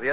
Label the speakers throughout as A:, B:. A: The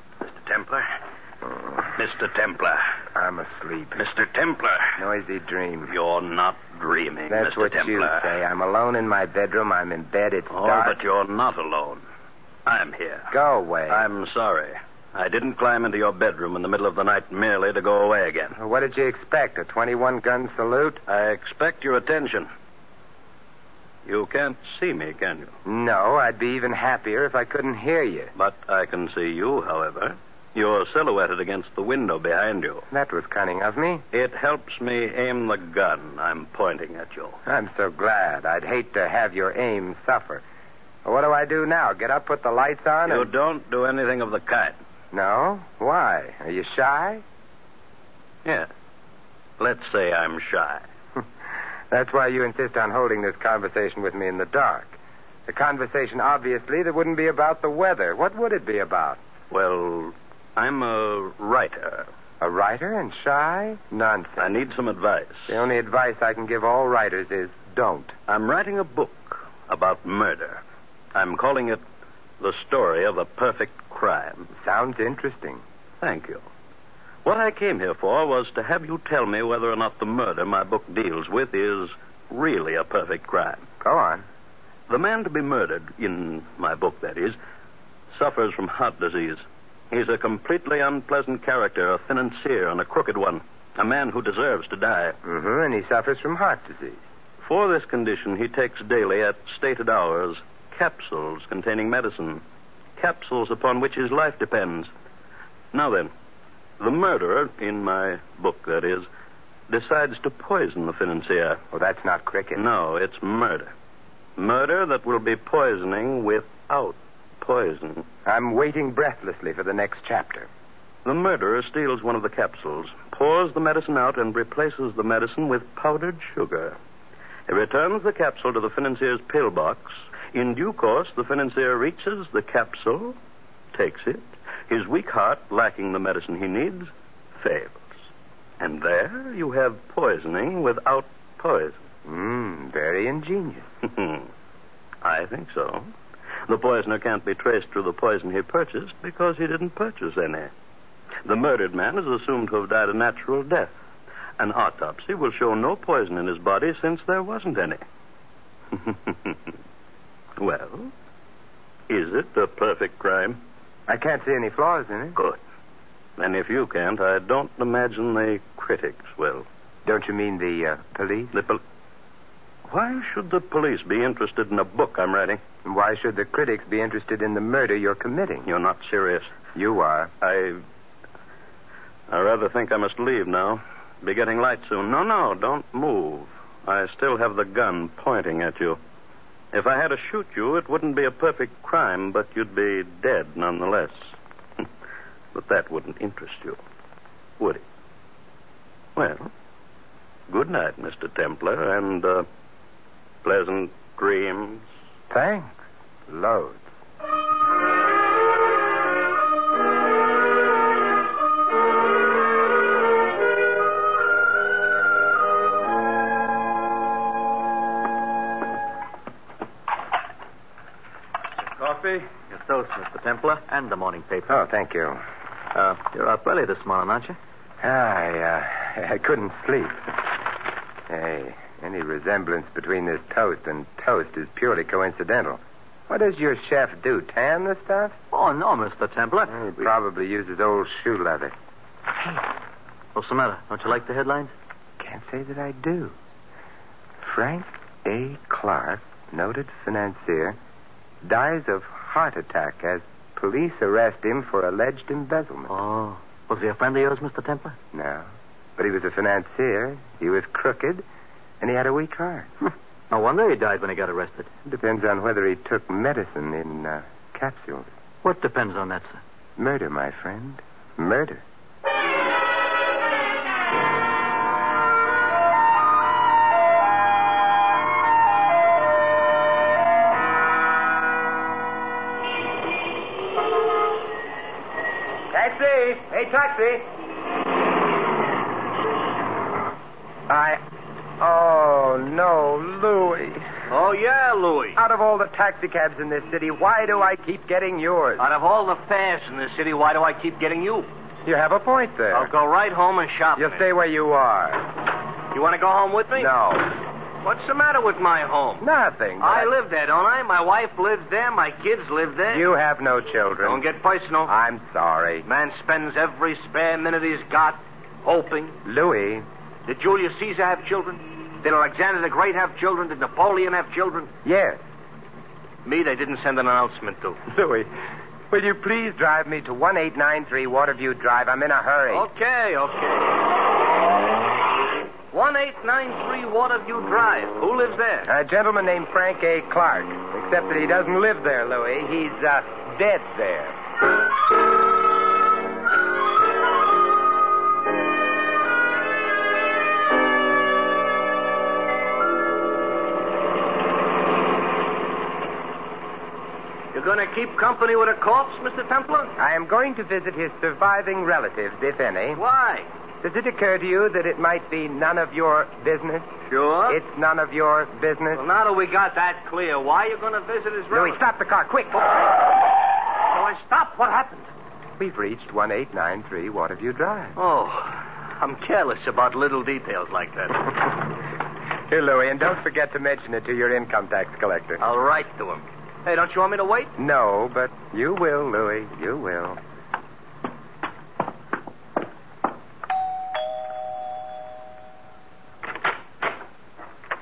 B: Mr. Templar? Mr. Templar.
C: I'm asleep.
B: Mr. Templar.
C: Noisy dream.
B: You're not dreaming,
C: That's
B: Mr.
C: what
B: Templar.
C: you say. I'm alone in my bedroom. I'm in bed. It's
B: Oh,
C: dark.
B: but you're not alone. I'm here.
C: Go away.
B: I'm sorry. I didn't climb into your bedroom in the middle of the night merely to go away again.
C: What did you expect? A 21 gun salute?
B: I expect your attention. You can't see me, can you?
C: No, Oh, I'd be even happier if I couldn't hear you.
B: But I can see you, however. You're silhouetted against the window behind you.
C: That was cunning of me.
B: It helps me aim the gun I'm pointing at you.
C: I'm so glad. I'd hate to have your aim suffer. What do I do now? Get up, put the lights on?
B: You
C: and...
B: don't do anything of the kind.
C: No? Why? Are you shy?
B: Yeah. Let's say I'm shy.
C: That's why you insist on holding this conversation with me in the dark. A conversation, obviously, that wouldn't be about the weather. What would it be about?
B: Well, I'm a writer.
C: A writer and shy? Nonsense.
B: I need some advice.
C: The only advice I can give all writers is don't.
B: I'm writing a book about murder. I'm calling it The Story of a Perfect Crime.
C: Sounds interesting.
B: Thank you. What I came here for was to have you tell me whether or not the murder my book deals with is really a perfect crime.
C: Go on.
B: The man to be murdered, in my book, that is, suffers from heart disease. He's a completely unpleasant character, a financier and a crooked one, a man who deserves to die.
C: Mm-hmm, and he suffers from heart disease.
B: For this condition, he takes daily, at stated hours, capsules containing medicine, capsules upon which his life depends. Now then, the murderer, in my book, that is, decides to poison the financier.
C: Well, that's not cricket.
B: No, it's murder. Murder that will be poisoning without poison.
C: I'm waiting breathlessly for the next chapter.
B: The murderer steals one of the capsules, pours the medicine out, and replaces the medicine with powdered sugar. He returns the capsule to the financier's pillbox. In due course, the financier reaches the capsule, takes it. His weak heart, lacking the medicine he needs, fails. And there you have poisoning without poison.
C: Mmm, very ingenious.
B: Hmm. I think so. The poisoner can't be traced to the poison he purchased because he didn't purchase any. The murdered man is assumed to have died a natural death. An autopsy will show no poison in his body since there wasn't any. well, is it a perfect crime?
C: I can't see any flaws in it.
B: Good. Then if you can't, I don't imagine the critics will.
C: Don't you mean the uh, police?
B: The pol- Why should the police be interested in a book I'm writing?
C: Why should the critics be interested in the murder you're committing?
B: You're not serious.
C: You are.
B: I. I rather think I must leave now. Be getting light soon. No, no, don't move. I still have the gun pointing at you. If I had to shoot you, it wouldn't be a perfect crime, but you'd be dead nonetheless. but that wouldn't interest you, would it? Well, good night, Mr. Templar, and uh, pleasant dreams.
C: Thanks. Loads.
D: Coffee? Yes, those, Mr. Templar, and the morning paper.
C: Oh, thank you.
D: Uh, you're up early this morning, aren't you?
C: I, uh, I couldn't sleep. Hey, any resemblance between this toast and toast is purely coincidental. What does your chef do? Tan the stuff?
D: Oh, no, Mr. Templar.
C: He probably uses old shoe leather.
D: What's the matter? Don't you like the headlines?
C: Can't say that I do. Frank A. Clark, noted financier, dies of heart attack as police arrest him for alleged embezzlement.
D: Oh. Was he a friend of yours, Mr. Templar?
C: No. But he was a financier, he was crooked, and he had a weak heart.
D: No wonder he died when he got arrested.
C: Depends on whether he took medicine in uh, capsules.
D: What depends on that, sir?
C: Murder, my friend. Murder.
E: Taxi! Hey, taxi!
C: I. Oh, no, Louis.
E: Oh, yeah, Louis.
C: Out of all the taxicabs in this city, why do I keep getting yours?
E: Out of all the fares in the city, why do I keep getting you?
C: You have a point there.
E: I'll go right home and shop.
C: You'll stay where you are.
E: You want to go home with me?
C: No.
E: What's the matter with my home?
C: Nothing.
E: I live there, don't I? My wife lives there. My kids live there.
C: You have no children.
E: don't get personal.
C: I'm sorry.
E: Man spends every spare minute he's got hoping.
C: Louis,
E: Did Julius Caesar have children? Did Alexander the Great have children? Did Napoleon have children?
C: yes.
E: Me, they didn't send an announcement to.
C: Louis, will you please drive me to 1893 Waterview Drive? I'm in a hurry.
E: Okay, okay. 1893 Waterview Drive. Who lives there?
C: A gentleman named Frank A. Clark. Except that he doesn't live there, Louis. He's uh, dead there.
E: You're going to keep company with a corpse, Mr. Templar?
C: I am going to visit his surviving relatives, if any.
E: Why?
C: Does it occur to you that it might be none of your business?
E: Sure.
C: It's none of your business.
E: Well, now that we got that clear, why are you going to visit his
C: Louis,
E: relatives?
C: stop the car, quick.
E: Oh, I stopped. What happened?
C: We've reached 1893 Waterview Drive.
E: Oh, I'm careless about little details like that.
C: Here, Louis, and don't forget to mention it to your income tax collector.
E: I'll write to him. Hey, don't you want me to wait?
C: No, but you will, Louis. You will.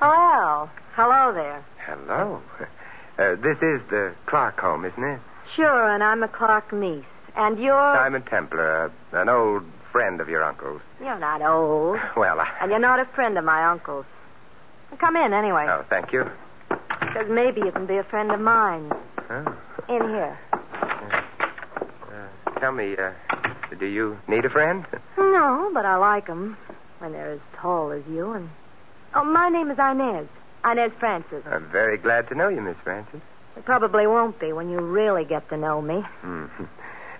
F: Well, Oh, hello there.
C: Hello. Uh, this is the Clark home, isn't it?
F: Sure, and I'm a Clark niece. And
E: Oh.
F: you're.
C: Simon Templar, uh, an old friend of your uncle's.
F: You're not old.
C: Well, I.
F: And you're not a friend of my uncle's. Come in anyway,
C: Oh, thank you.
F: because maybe you can be a friend of mine.
C: Oh.
F: In here.
C: Uh, tell me, uh, do you need a friend?
F: No, but I like 'em when they're as tall as you. And oh, my name is Inez. Inez Francis.
C: I'm very glad to know you, Miss Francis.
F: It probably won't be when you really get to know me.
C: Hmm.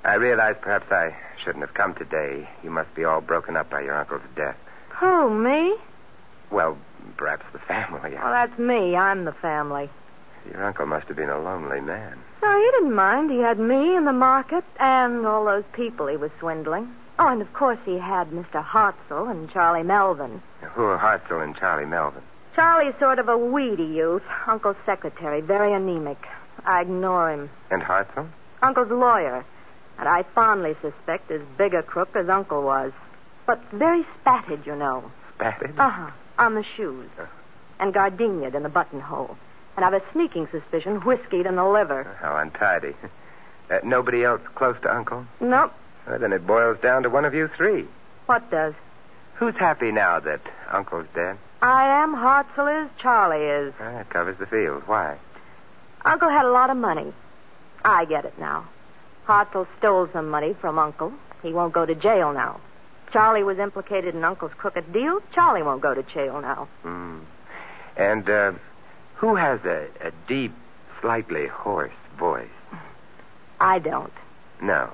C: I realize perhaps I shouldn't have come today. You must be all broken up by your uncle's death.
F: Who me?
C: Well, perhaps the family.
F: Well, that's me. I'm the family.
C: Your uncle must have been a lonely man.
F: No, he didn't mind. He had me in the market and all those people he was swindling. Oh, and of course he had Mr. Hartzell and Charlie Melvin.
C: Who are Hartzell and Charlie Melvin?
F: Charlie's sort of a weedy youth, Uncle's secretary, very anemic. I ignore him.
C: And Hartzell?
F: Uncle's lawyer, and I fondly suspect as big a crook as Uncle was. But very spatted, you know.
C: Spatted?
F: Uh huh. On the shoes. And gardenia'd in the buttonhole. And I've a sneaking suspicion whiskeyed in the liver.
C: How untidy. Uh, nobody else close to Uncle?
F: Nope.
C: Well, then it boils down to one of you three.
F: What does?
C: Who's happy now that Uncle's dead?
F: I am. Hartzell is. Charlie is.
C: Well, that covers the field. Why?
F: Uncle had a lot of money. I get it now. Hartzell stole some money from Uncle. He won't go to jail now. Charlie was implicated in Uncle's crooked deal. Charlie won't go to jail now.
C: Hmm. And uh, who has a, a deep, slightly hoarse voice?
F: I don't.
C: No.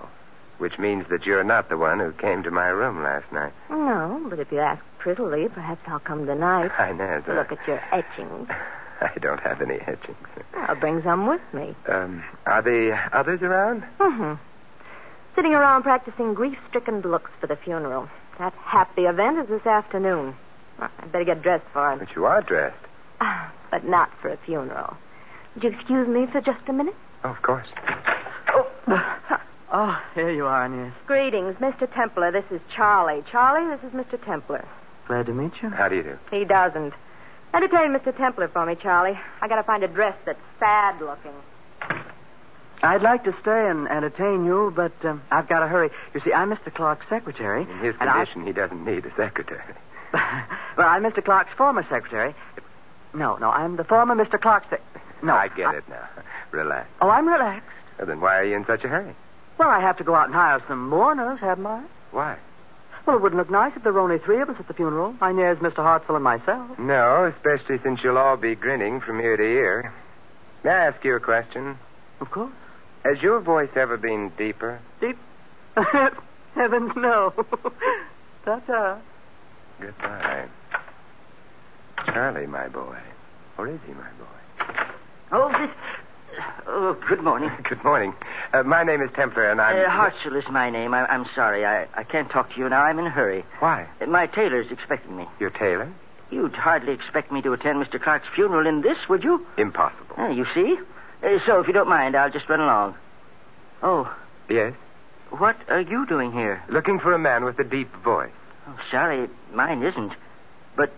C: Which means that you're not the one who came to my room last night.
F: No, but if you ask prettily, perhaps I'll come tonight.
C: Inez. uh,
F: Look at your etchings.
C: I don't have any etchings.
F: I'll bring some with me.
C: Um, are the others around?
F: hmm Sitting around practicing grief stricken looks for the funeral. That happy event is this afternoon. Well, I'd better get dressed for it.
C: But you are dressed.
F: Ah, But not for a funeral. Would you excuse me for just a minute?
C: Oh, of course.
D: Oh, here you are, Inez.
F: Greetings, Mr. Templar. This is Charlie. Charlie, this is Mr. Templar.
D: Glad to meet you.
C: How do you do?
F: He doesn't. Entertain Mr. Templar for me, Charlie. I gotta find a dress that's sad looking.
D: I'd like to stay and entertain you, but um, I've got to hurry. You see, I'm Mr. Clark's secretary.
C: In his
D: and I-
C: condition, he doesn't need a secretary.
D: well, I'm Mr. Clark's former secretary. No, no, I'm the former Mr. Clark's. Sec- no,
C: I get it now. Relax.
D: Oh, I'm relaxed.
C: Well, then why are you in such a hurry?
D: Well, I have to go out and hire some mourners, haven't I?
C: Why?
D: Well, it wouldn't look nice if there were only three of us at the funeral. Inez, Mr. Hartzell, and myself.
C: No, especially since you'll all be grinning from ear to ear. May I ask you a question?
D: Of course.
C: Has your voice ever been deeper?
D: Deep. Heavens, no. uh, Ta-ta.
C: Goodbye. Charlie, my boy. Or is he my boy?
D: Oh, this... Oh, good morning.
C: Good morning. Uh, my name is Templar, and I'm.
G: Uh, Hartzell is my name. I, I'm sorry. I, I can't talk to you now. I'm in a hurry.
C: Why?
G: Uh, My tailor's expecting me.
C: You're Taylor?
G: You'd hardly expect me to attend Mr. Clark's funeral in this, would you?
C: Impossible.
G: Uh, you see? Uh, so, if you don't mind, I'll just run along. Oh,
C: Yes?
G: what are you doing here?
C: Looking for a man with a deep voice.
G: Oh, sorry, mine isn't. But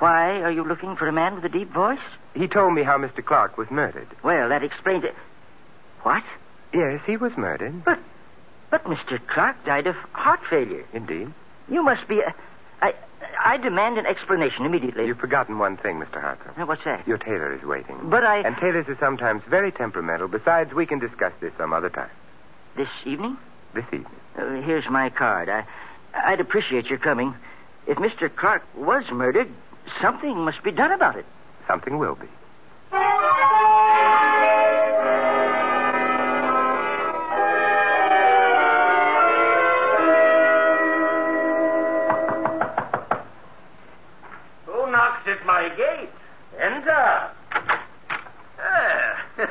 G: why are you looking for a man with a deep voice?
C: He told me how Mr. Clark was murdered.
G: Well, that explains it. What?
C: Yes, he was murdered.
G: But, but Mr. Clark died of heart failure.
C: Indeed.
G: You must be. A, I, I demand an explanation immediately.
C: You've forgotten one thing, Mr. Hartzell.
G: Now, what's that?
C: Your tailor is waiting.
G: But I.
C: And tailors are sometimes very temperamental. Besides, we can discuss this some other time.
G: This evening?
C: This evening.
G: Uh, here's my card. I, I'd appreciate your coming. If Mr. Clark was murdered, something must be done about it.
C: Something will be.
E: Who knocks at my gate? Enter.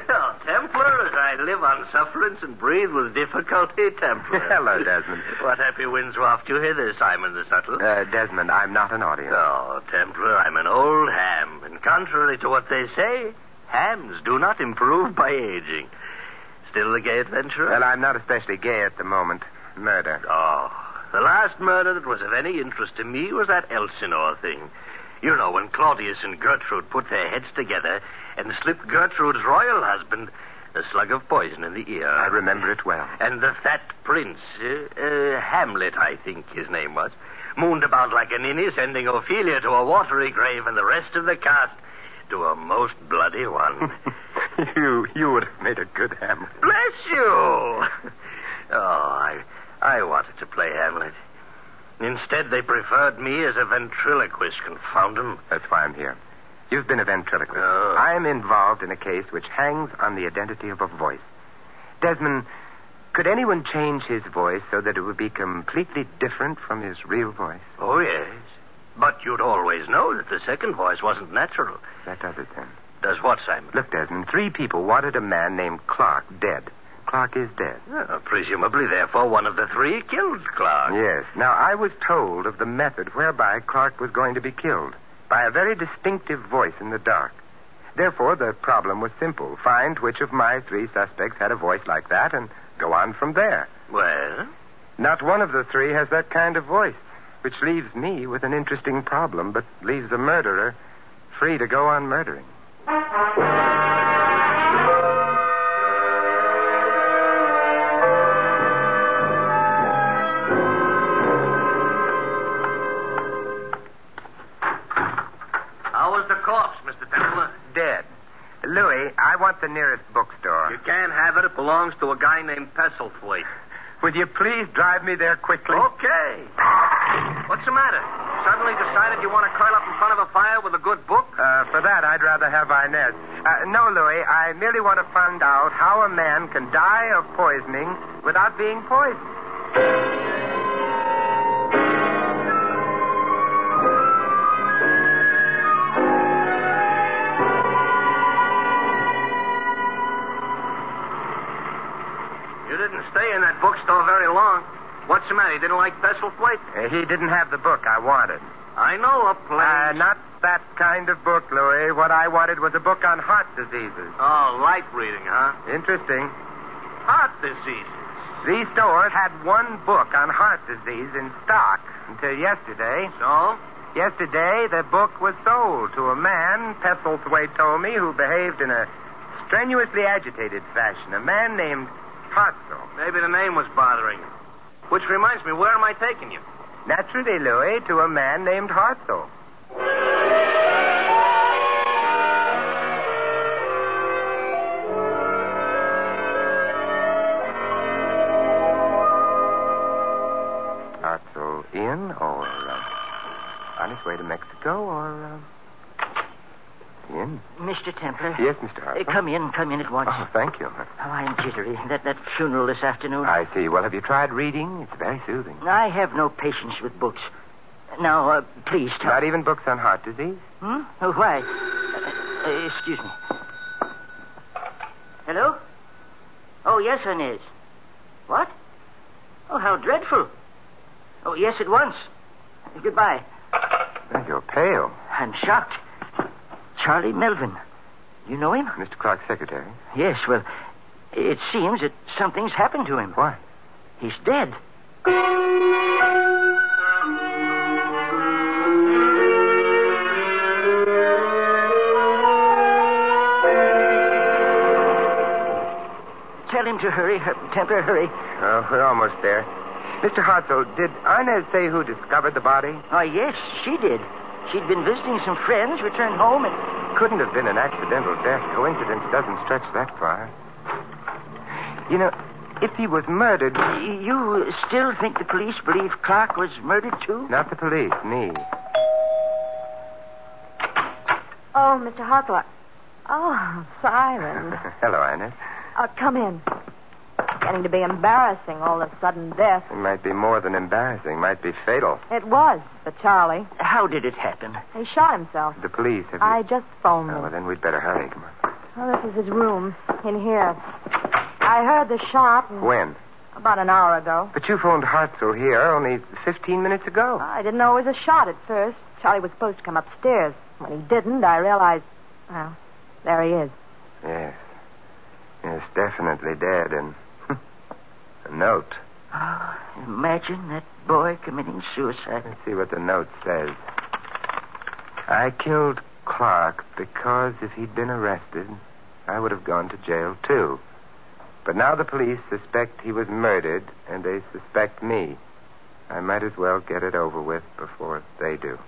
E: Well, Templar, as Eh, oh, I live on sufferance and breathe with difficulty, Templar.
C: Hello, Desmond.
E: What happy winds waft you hither, Simon the Subtle?
C: Uh, Desmond, I'm not an audience.
E: Oh, Templar, I'm an old ham, and contrary to what they say, hams do not improve by aging. Still the gay adventurer?
C: Well, I'm not especially gay at the moment. Murder.
E: Oh, the last murder that was of any interest to me was that Elsinore thing. You know, when Claudius and Gertrude put their heads together and slipped Gertrude's royal husband a slug of poison in the ear.
C: I remember it well.
E: And the fat prince, uh, uh, Hamlet, I think his name was, mooned about like a ninny, sending Ophelia to a watery grave and the rest of the cast to a most bloody one.
C: you you would have made a good Hamlet.
E: Bless you! Oh, I, I wanted to play Hamlet. Instead, they preferred me as a ventriloquist, confound 'em.
C: That's why I'm here. You've been a ventriloquist.
E: Oh.
C: I'm involved in a case which hangs on the identity of a voice. Desmond, could anyone change his voice so that it would be completely different from his real voice?
E: Oh, yes. But you'd always know that the second voice wasn't natural.
C: That does it then.
E: Does what, Simon?
C: Look, Desmond, three people wanted a man named Clark dead. Clark is dead.
E: Uh, presumably, therefore, one of the three killed Clark.
C: Yes. Now, I was told of the method whereby Clark was going to be killed by a very distinctive voice in the dark. Therefore, the problem was simple find which of my three suspects had a voice like that and go on from there.
E: Well,
C: Not one of the three has that kind of voice, which leaves me with an interesting problem, but leaves a murderer free to go on murdering.
E: how was the corpse, Mr. Templar?
C: Dead. Louis, I want the nearest bookstore.
E: You can't have it. It belongs to a guy named Pestlethwaite.
C: Would you please drive me there quickly?
E: Okay. What's the matter? Suddenly decided you want to curl up in front of a fire with a good book?
C: Uh, for that, I'd rather have Inez. Uh, no, Louis, I merely want to find out how a man can die of poisoning without being poisoned.
E: You didn't stay in that bookstore very long. What's the matter? You didn't like Thistlewaite?
C: Uh, he didn't have the book I wanted.
E: I know a
C: Uh,
E: plan.
C: not that kind of book, Louis. What I wanted was a book on heart diseases.
E: Oh, light reading, huh?
C: Interesting.
E: Heart diseases.
C: These stores had one book on heart disease in stock until yesterday.
E: So?
C: Yesterday, the book was sold to a man, Pestlethwaite told me, who behaved in a strenuously agitated fashion. A man named Hartzell.
E: Maybe the name was bothering you. Which reminds me, where am I taking you?
C: Naturally, Louis, to a man named Hartzell. Hartzell in or uh, on his way to Mexico or uh, in?
G: Mr. Templar.
C: Yes, Mr.
G: Uh,
C: Hartzell.
G: come in, come in at once.
C: Oh, thank you.
G: Oh, I'm jittery. That that funeral this afternoon.
C: I see. Well, have you tried reading? It's very soothing.
G: I have no patience with books. Now, uh, please tell.
C: Not even books on heart disease?
G: Hmm? Oh, why? Uh, uh, excuse me. Hello? Oh, yes, Inez. What? Oh, how dreadful. Oh, yes, at once. Goodbye.
C: Well, You're pale.
G: I'm shocked. Charlie Melvin. You know him?
C: Mr. Clark's secretary.
G: Yes, well, it seems that something's happened to him.
C: What?
G: He's dead. Tell him to hurry, hu- Temper, hurry.
C: Oh, we're almost there. Mr. Hartzell, did Inez say who discovered the body?
G: Oh, yes, she did. She'd been visiting some friends, returned home, and.
C: Couldn't have been an accidental death. Coincidence doesn't stretch that far. You know, if he was murdered,
G: You still think the police believe Clark was murdered, too?
C: not the police, me.
F: Oh, Mr. Hartwell. Oh, Simon.
C: Hello, Inez.
F: Oh, come in. Getting to be embarrassing, all the sudden death.
C: It might be more than embarrassing, might be fatal.
F: It was for Charlie.
G: How did it happen?
F: He shot himself.
C: The police have.
F: I just phoned
C: Oh, well,
F: them.
C: then we'd better hurry. Come on.
F: Oh, this is his room, in here. I heard the shot and-
C: When?
F: about an hour ago.
C: But you phoned Hartzell here only 15 minutes ago.
F: I didn't know it was a shot at first. Charlie was supposed to come upstairs. When he didn't, I realized, well, there he is.
C: Yes. Yes, definitely dead. And a note.
G: Oh, imagine that boy committing suicide.
C: Let's see what the note says. I killed Clark because if he'd been arrested, I would have gone to jail too. But now the police suspect he was murdered, and they suspect me. I might as well get it over with before they do.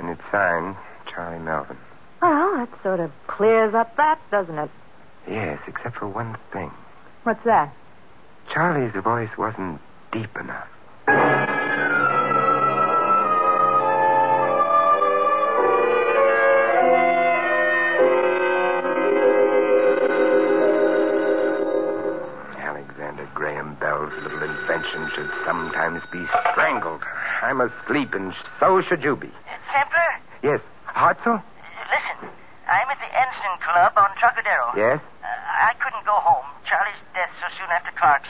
C: And it's signed Charlie Melvin.
F: Well, that sort of clears up that, doesn't it?
C: Yes, except for one thing.
F: What's that?
C: Charlie's voice wasn't deep enough. Alexander Graham Bell's little invention should sometimes be strangled. I'm asleep, and so should you be.
G: Templar,
C: Yes, Hartzell?
G: listen. I'm at the Ensign Club on Trocadero.
C: Yes?
G: Uh, I couldn't go home. Charlie's death so soon after Clark's.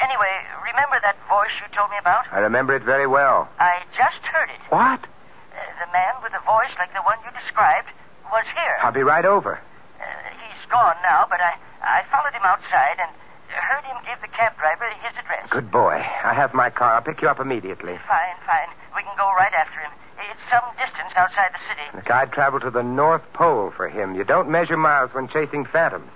G: Anyway, remember that voice you told me about?
C: I remember it very well.
G: I just heard it.
C: What?
G: Uh, the man with a voice like the one you described was here.
C: I'll be right over.
G: Uh, he's gone now, but I, I followed him outside and heard him give the cab driver his address.
C: Good boy. I have my car. I'll pick you up immediately.
G: Fine, fine. We can go right after him. It's some distance outside the city.
C: Look, I'd travel to the North Pole for him. You don't measure miles when chasing phantoms.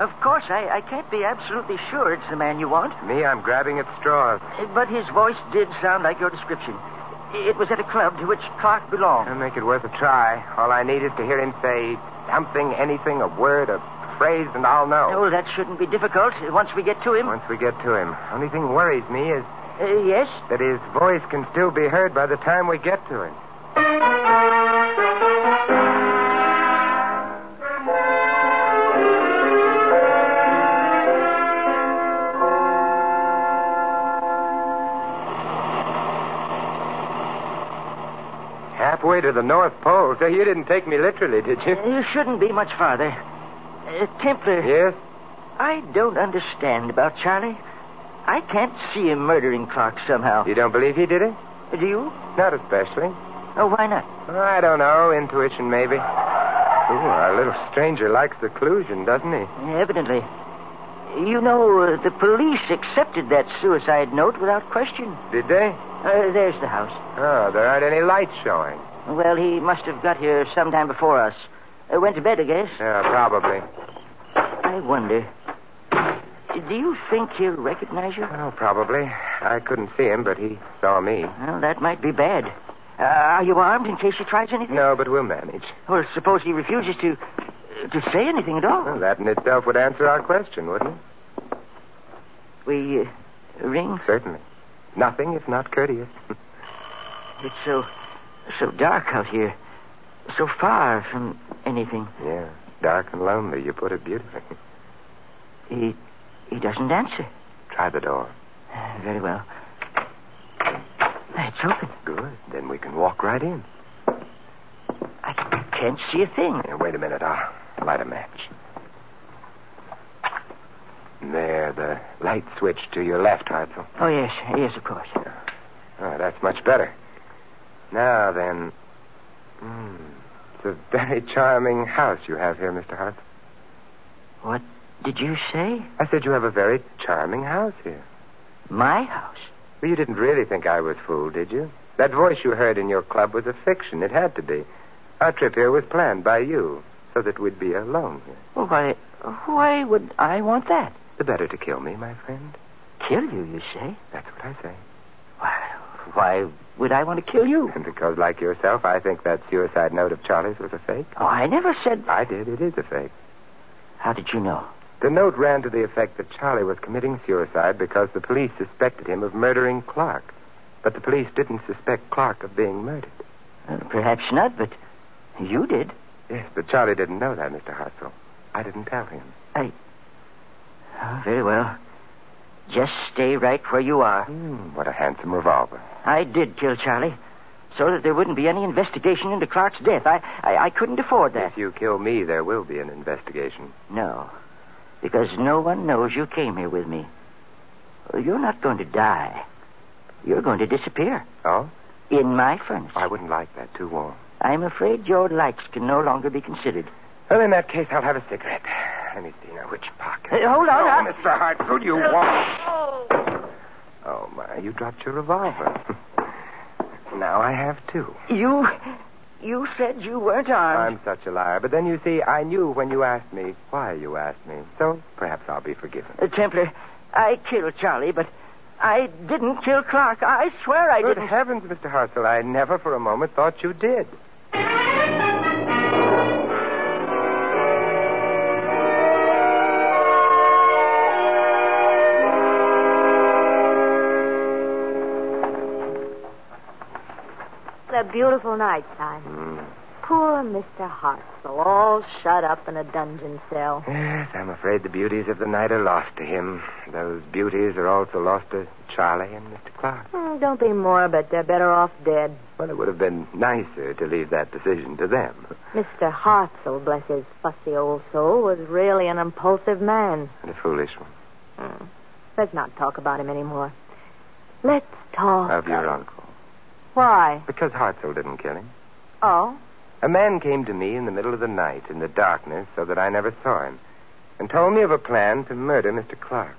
G: Of course, I, I can't be absolutely sure it's the man you want,
C: Me, I'm grabbing at straws.
G: but his voice did sound like your description. It was at a club to which Clark belonged.
C: I'll make it worth a try. All I need is to hear him say something, anything, a word, a phrase, and I'll know.
G: Oh, that shouldn't be difficult once we get to him.
C: Once we get to him. Only thing worries me is
G: Uh, yes?
C: that his voice can still be heard by the time we get to him. halfway to the North Pole, so you didn't take me literally, did you?
G: uh, You shouldn't be much farther. Uh, Templar.
C: Yes?
G: I don't understand about Charlie. I can't see him murdering Clark somehow.
C: You don't believe he did it?
G: Do you?
C: Not especially.
G: Oh, why not?
C: I don't know. Intuition, maybe. Ooh, our little stranger likes seclusion, doesn't he?
G: Evidently. You know, uh, the police accepted that suicide note without question.
C: Did they?
G: Uh, there's the house.
C: Oh, there aren't any lights showing.
G: Well, he must have got here sometime before us. Uh, went to bed, I guess.
C: Yeah, Uh, probably.
G: I wonder. Do you think he'll recognize you?
C: Oh, probably. I couldn't see him, but he saw me.
G: Well, that might be bad. Uh, are you armed in case he tries anything?
C: No, but we'll manage.
G: Well, suppose he refuses to to say anything at all.
C: Well, that in itself would answer our question, wouldn't it?
G: We uh, ring.
C: Certainly. Nothing if not courteous.
G: It's so so dark out here, so far from anything.
C: yeah, dark and lonely. You put it beautifully.
G: He he doesn't answer.
C: Try the door.
G: Very well. It's open.
C: Good. Then we can walk right in.
G: I can't see a thing.
C: Yeah, wait a minute. I'll light a match. There, the light switch to your left, Hartzell.
G: Oh yes, yes, of course.
C: Oh, that's much better. Now then. Hmm. It's a very charming house you have here, Mr. Hart.
G: What did you say?
C: I said you have a very charming house here.
G: My house.
C: Well, you didn't really think I was fooled, did you? That voice you heard in your club was a fiction. It had to be. Our trip here was planned by you so that we'd be alone here.
G: Well, why why would I want that?
C: The better to kill me, my friend.
G: Kill you, you say?
C: That's what I say.
G: Why, why would I want to kill you?
C: And because, like yourself, I think that suicide note of Charlie's was a fake.
G: Oh, I never said.
C: I did. It is a fake.
G: How did you know?
C: The note ran to the effect that Charlie was committing suicide because the police suspected him of murdering Clark. But the police didn't suspect Clark of being murdered.
G: Uh, perhaps not, but you did.
C: Yes, but Charlie didn't know that, Mr. Hartzell. I didn't tell him.
G: I. Oh, very well. Just stay right where you are.
C: Hmm, what a handsome revolver.
G: I did kill Charlie, so that there wouldn't be any investigation into Clark's death. I, I, I couldn't afford that.
C: If you kill me, there will be an investigation.
G: No, because no one knows you came here with me. You're not going to die. You're going to disappear
C: Oh?
G: in my furnace.
C: I wouldn't like that. Too warm.
G: I'm afraid your likes can no longer be considered.
C: Well, in that case, I'll have a cigarette. Let me see now which pocket.
G: Hey, hold on,
C: No,
G: I'll-
C: Mr. Hartzell, you won't. Oh, my, you dropped your revolver. now I have two.
G: You, you said you weren't armed.
C: I'm such a liar. But then you see, I knew when you asked me why you asked me. So perhaps I'll be forgiven.
G: Uh, Templar, I killed Charlie, but I didn't kill Clark. I swear I
C: Good
G: didn't.
C: heavens, Mr. Hartzell, I never for a moment thought you did.
F: It's a beautiful night, time.
C: Hmm.
F: Poor Mr. Hartzell, all shut up in a dungeon cell.
C: Yes, I'm afraid the beauties of the night are lost to him. Those beauties are also lost to Charlie and Mr. Clark.
F: Hmm, don't be morbid. They're better off dead.
C: Well, it would have been nicer to leave that decision to them.
F: Mr. Hartzell, bless his fussy old soul, was really an impulsive man.
C: And a foolish one.
F: Let's not talk about him anymore. Let's talk.
C: Of your uncle.
F: Why?
C: Because Hartzell didn't kill him.
F: Oh,
C: A man came to me in the middle of the night, in the darkness, so that I never saw him, and told me of a plan to murder Mr. Clark.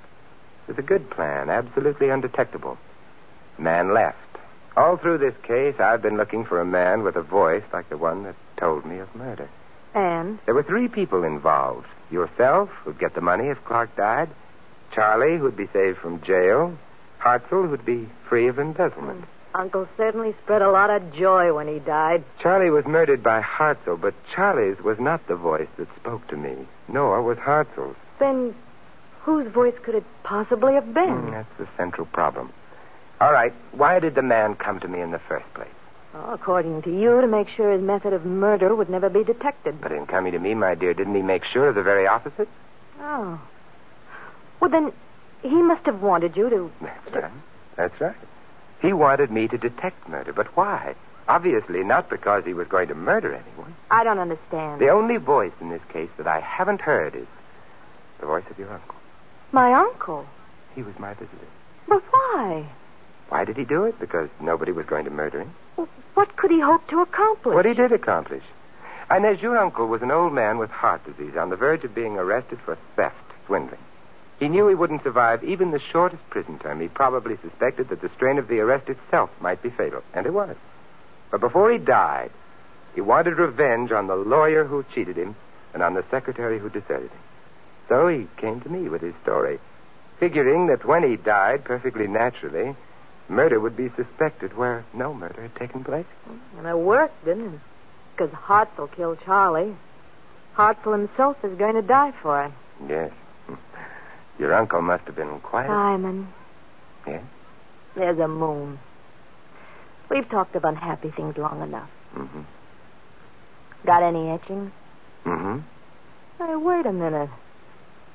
C: It was a good plan, absolutely undetectable. The man left. All through this case, I've been looking for a man with a voice like the one that told me of murder.
F: and
C: There were three people involved yourself, who'd get the money if Clark died, Charlie, who'd be saved from jail, Hartzell, who'd be free of embezzlement.
F: Uncle certainly spread a lot of joy when he died.
C: Charlie was murdered by Hartzell, but Charlie's was not the voice that spoke to me, nor was Hartzell's.
F: Then whose voice could it possibly have been?
C: Mm, that's the central problem. All right, why did the man come to me in the first place?
F: Well, Oh, according to you, to make sure his method of murder would never be detected.
C: But in coming to me, my dear, didn't he make sure of the very opposite?
F: Oh. Well, then, he must have wanted you to.
C: That's right. That's right. He wanted me to detect murder, but why? Obviously not because he was going to murder anyone.
F: I don't understand.
C: The only voice in this case that I haven't heard is the voice of your uncle.
F: My uncle.
C: He was my visitor.
F: But why?
C: Why did he do it? Because nobody was going to murder him.
F: What could he hope to accomplish?
C: What he did accomplish. Inez, your uncle was an old man with heart disease on the verge of being arrested for theft, swindling. He knew he wouldn't survive even the shortest prison term. He probably suspected that the strain of the arrest itself might be fatal, and it was. But before he died, he wanted revenge on the lawyer who cheated him and on the secretary who deserted him. So he came to me with his story, figuring that when he died, perfectly naturally, murder would be suspected where no murder had taken place.
F: And it worked, didn't it? Because Hartzell killed Charlie. Hartzell himself is going to die for it.
C: Yes. Your uncle must have been quite.
F: Simon,
C: Yes?
F: there's a moon. We've talked of unhappy things long enough.
C: Mm-hmm.
F: Got any etchings?
C: Mm-hmm.
F: Hey, wait a minute.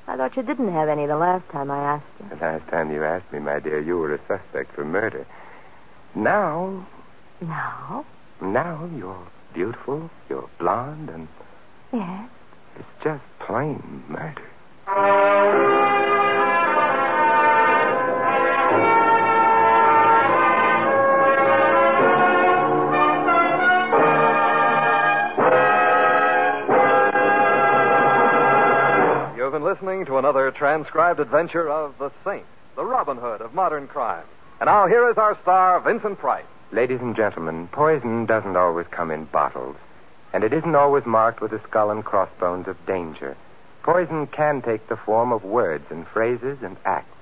F: I thought you didn't have any the last time I asked you.
C: The last time you asked me, my dear, you were a suspect for murder. Now,
F: No.
C: now you're beautiful, you're blonde, and
F: Yes.
C: it's just plain murder.
A: You've been listening to another transcribed adventure of The Saint, the Robin Hood of modern crime. And now here is our star, Vincent Price.
C: Ladies and gentlemen, poison doesn't always come in bottles, and it isn't always marked with the skull and crossbones of danger. Poison can take the form of words and phrases and acts,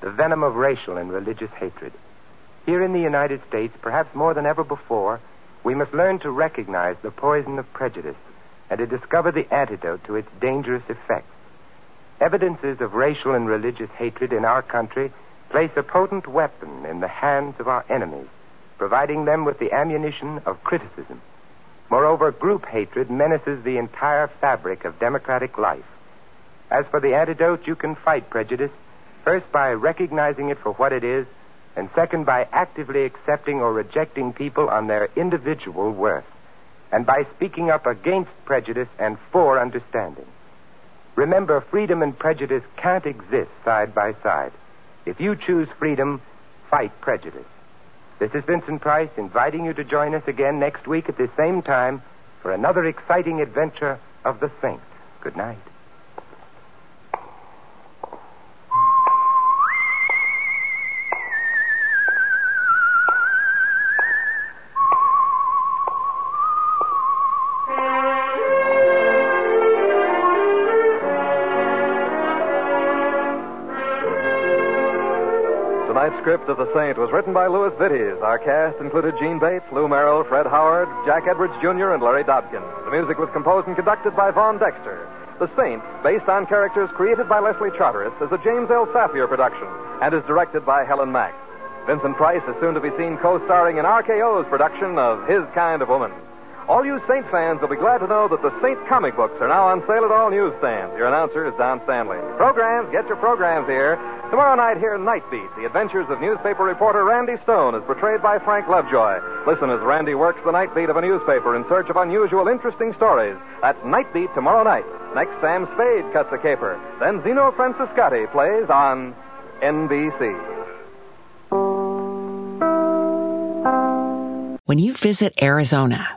C: the venom of racial and religious hatred. Here in the United States, perhaps more than ever before, we must learn to recognize the poison of prejudice and to discover the antidote to its dangerous effects. Evidences of racial and religious hatred in our country place a potent weapon in the hands of our enemies providing them with the ammunition of criticism. Moreover, group hatred menaces the entire fabric of democratic life. As for the antidote, you can fight prejudice, first by recognizing it for what it is, and second by actively accepting or rejecting people on their individual worth, and by speaking up against prejudice and for understanding. Remember, freedom and prejudice can't exist side by side. If you choose freedom, fight prejudice. This is Vincent Price inviting you to join us again next week at this same time for another exciting adventure of the Saint. Good night.
A: Tonight's script of The Saint was written by Louis Vittes. Our cast included Gene Bates, Lou Merrill, Fred Howard, Jack Edwards Jr., and Larry Dobkin. The music was composed and conducted by Vaughn Dexter. The Saint, based on characters created by Leslie Charteris, is a James L. Safier production and is directed by Helen Mack. Vincent Price is soon to be seen co-starring in RKO's production of His Kind of Woman. All you Saint fans will be glad to know that the Saint comic books are now on sale at all newsstands. Your announcer is Don Stanley. Programs, get your programs here. Tomorrow night, hear Nightbeat, the adventures of newspaper reporter Randy Stone, as portrayed by Frank Lovejoy. Listen as Randy works the nightbeat of a newspaper in search of unusual, interesting stories. That's Nightbeat tomorrow night. Next, Sam Spade cuts a caper. Then Zeno Franciscotti plays on NBC.
H: When you visit Arizona,